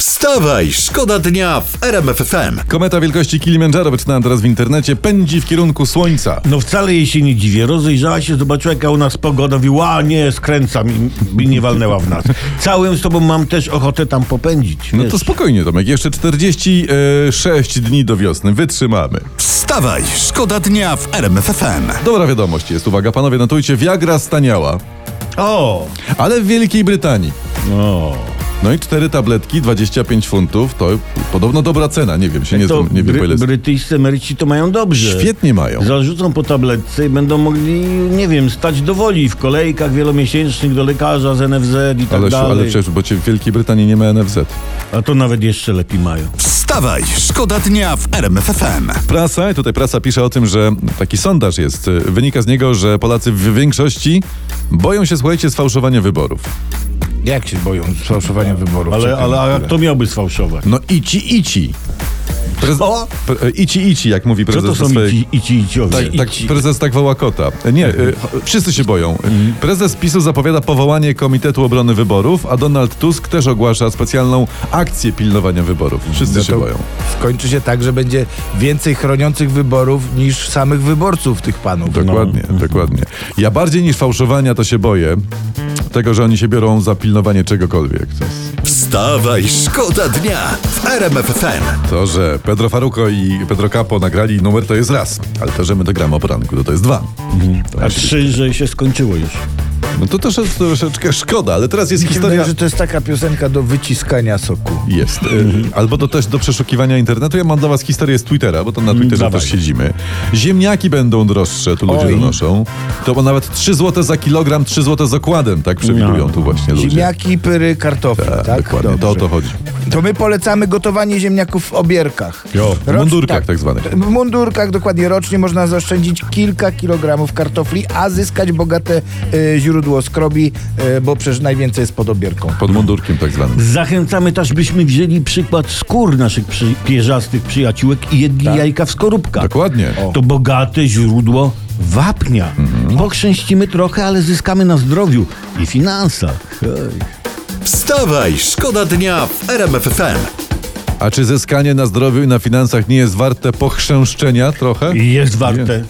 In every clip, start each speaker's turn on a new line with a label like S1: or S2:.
S1: Wstawaj, szkoda dnia w RMF FM.
S2: Kometa wielkości Kilimandżaro, wyczytałem teraz w internecie, pędzi w kierunku Słońca.
S3: No wcale jej się nie dziwię. Rozejrzała się, zobaczyła jaka u nas pogoda, mówiła, a nie, skręcam i, i nie walnęła w nas. Całym z tobą mam też ochotę tam popędzić.
S2: No
S3: wiesz.
S2: to spokojnie, Tomek, jeszcze 46 dni do wiosny, wytrzymamy.
S1: Wstawaj, szkoda dnia w RMF FM.
S2: Dobra wiadomość jest, uwaga panowie, notujcie, Viagra staniała,
S3: O!
S2: ale w Wielkiej Brytanii.
S3: o.
S2: No i cztery tabletki, 25 funtów, to podobno dobra cena, nie wiem, się nie,
S3: To
S2: znam, nie wiem po ile
S3: bry,
S2: jest.
S3: brytyjscy emeryci to mają dobrze.
S2: Świetnie mają.
S3: Zarzucą po tabletce i będą mogli, nie wiem, stać do woli w kolejkach wielomiesięcznych do lekarza z NFZ i tak
S2: Ale,
S3: dalej.
S2: ale przecież, bo cię w Wielkiej Brytanii nie ma NFZ.
S3: A to nawet jeszcze lepiej mają.
S1: Wstawaj, szkoda dnia w RMF FM.
S2: Prasa, i tutaj prasa pisze o tym, że taki sondaż jest. y, Wynika z niego, że Polacy w większości boją się, słuchajcie, sfałszowania wyborów.
S4: Jak się boją sfałszowania wyborów?
S3: Ale,
S4: Czekam
S3: ale
S4: na
S3: a
S4: chwilę.
S3: kto miałby sfałszować?
S2: No ici, ici. Prez... Pre... e, Ici, ici, jak mówi
S3: Co
S2: prezes
S3: to są
S2: do swojej...
S3: ici, ici, iciowie?
S2: Tak, tak, prezes tak woła kota. Nie, y, wszyscy się boją.
S3: Mhm.
S2: Prezes PiSu zapowiada powołanie Komitetu Obrony Wyborów, a Donald Tusk też ogłasza specjalną akcję pilnowania wyborów. Wszyscy
S4: No
S2: się
S4: to
S2: boją.
S4: Skończy się tak, że będzie więcej chroniących wyborów niż samych wyborców tych panów. No.
S3: no.
S2: Dokładnie, dokładnie. Ja bardziej niż fałszowania to się boję tego, że oni się biorą za pilnowanie czegokolwiek. To, jest
S1: Wstawaj, szkoda dnia w RMF FM.
S2: to że Pedro Faruko i Pedro Capo nagrali numer to jest raz, ale to, że my to gramy o poranku, to to jest dwa.
S3: A
S2: tak.
S3: trzy, że się skończyło już.
S2: No to też jest troszeczkę szkoda, ale teraz jest historia...
S4: Historia, że to jest taka piosenka do wyciskania soku.
S2: Jest. Y, Albo to też do przeszukiwania internetu. Ja mam dla was historię z Twittera, bo to na Twitterze
S3: dawaj.
S2: też siedzimy. Ziemniaki będą droższe, tu ludzie
S4: Oj.
S2: donoszą. To bo nawet 3 zł za kilogram, 3 zł z okładem, tak przewidują
S3: No.
S2: tu właśnie ludzie.
S4: Ziemniaki, pyry, kartofle, tak?
S2: Tak, dokładnie, to o
S4: Dobrze.
S2: to chodzi.
S4: To my polecamy gotowanie ziemniaków w obierkach.
S2: Jo, w mundurkach tak zwanych.
S4: W mundurkach dokładnie rocznie można zaoszczędzić kilka kilogramów kartofli, a zyskać bogate y, źródło skrobi, y, bo przecież najwięcej jest pod obierką.
S2: Pod mundurkiem tak zwanym.
S3: Zachęcamy też, byśmy wzięli przykład skór naszych przy, pierzastych przyjaciółek i jedli jajka w skorupkach.
S2: Dokładnie.
S3: To bogate źródło wapnia. Pokrzęścimy trochę, ale zyskamy na zdrowiu i finansach. Hej.
S1: Wstawaj, szkoda dnia w RMF FM.
S2: A czy zyskanie na zdrowiu i na finansach nie jest warte pochrzęszczenia trochę?
S3: I jest warte.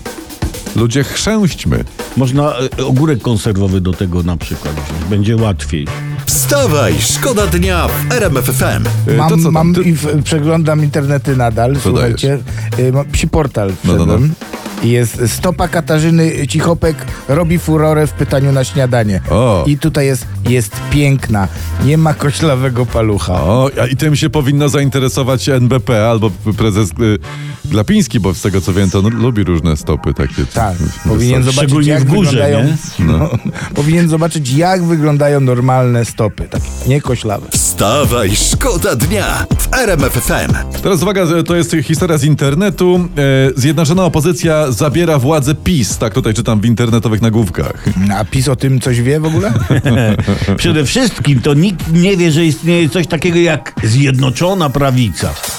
S2: Ludzie chrzęśćmy.
S3: Można e, ogórek konserwowy do tego na przykład wziąć. Będzie łatwiej.
S1: Wstawaj, szkoda dnia w RMF FM.
S2: Y,
S4: Mam,
S2: to co tam?
S4: mam
S2: Ty-
S4: i w, przeglądam internety nadal, słuchajcie. Y, mam Psi portal
S2: No, no, no.
S4: wszedłem. I Jest stopa Katarzyny Cichopek robi furorę w pytaniu na śniadanie.
S2: O.
S4: I tutaj jest, jest piękna. Nie ma koślawego palucha.
S2: O, a i tym się powinno zainteresować NBP albo prezes y, Glapiński, bo z tego co wiem, to on lubi różne stopy takie.
S4: Tak,
S2: Wysokie.
S4: powinien zobaczyć
S3: Szczególnie
S4: jak
S3: w górze,
S4: wyglądają.
S3: nie?
S4: No. powinien zobaczyć jak wyglądają normalne stopy, takie nie koślawe.
S1: Wstawaj, szkoda dnia w RMF FM.
S2: Teraz uwaga, to jest historia z internetu. E, zjednoczona opozycja zabiera władzę PiS, tak tutaj czytam w internetowych nagłówkach.
S4: A PiS o tym coś wie w ogóle?
S3: Przede wszystkim to nikt nie wie, że istnieje coś takiego jak zjednoczona prawica.